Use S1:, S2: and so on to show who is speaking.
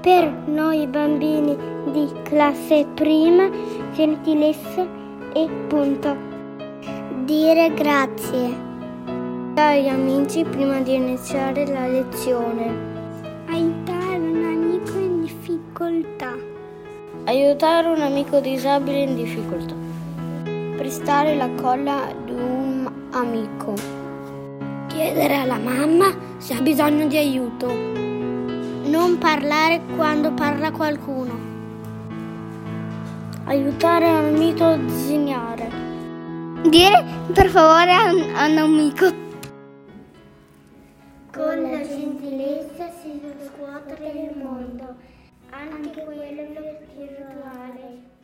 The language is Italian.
S1: per noi bambini di classe prima, gentilezza e punto. Dire grazie. Cari amici, prima di iniziare la lezione. Aiutare un amico in difficoltà. Aiutare un amico disabile in difficoltà. Prestare la colla ad un amico. Chiedere alla mamma se ha bisogno di aiuto. Non parlare quando parla qualcuno. Aiutare un amico a disegnare. Dire per favore a un, a un amico. Con la gentilezza si scuote il mondo, anche quello virtuale.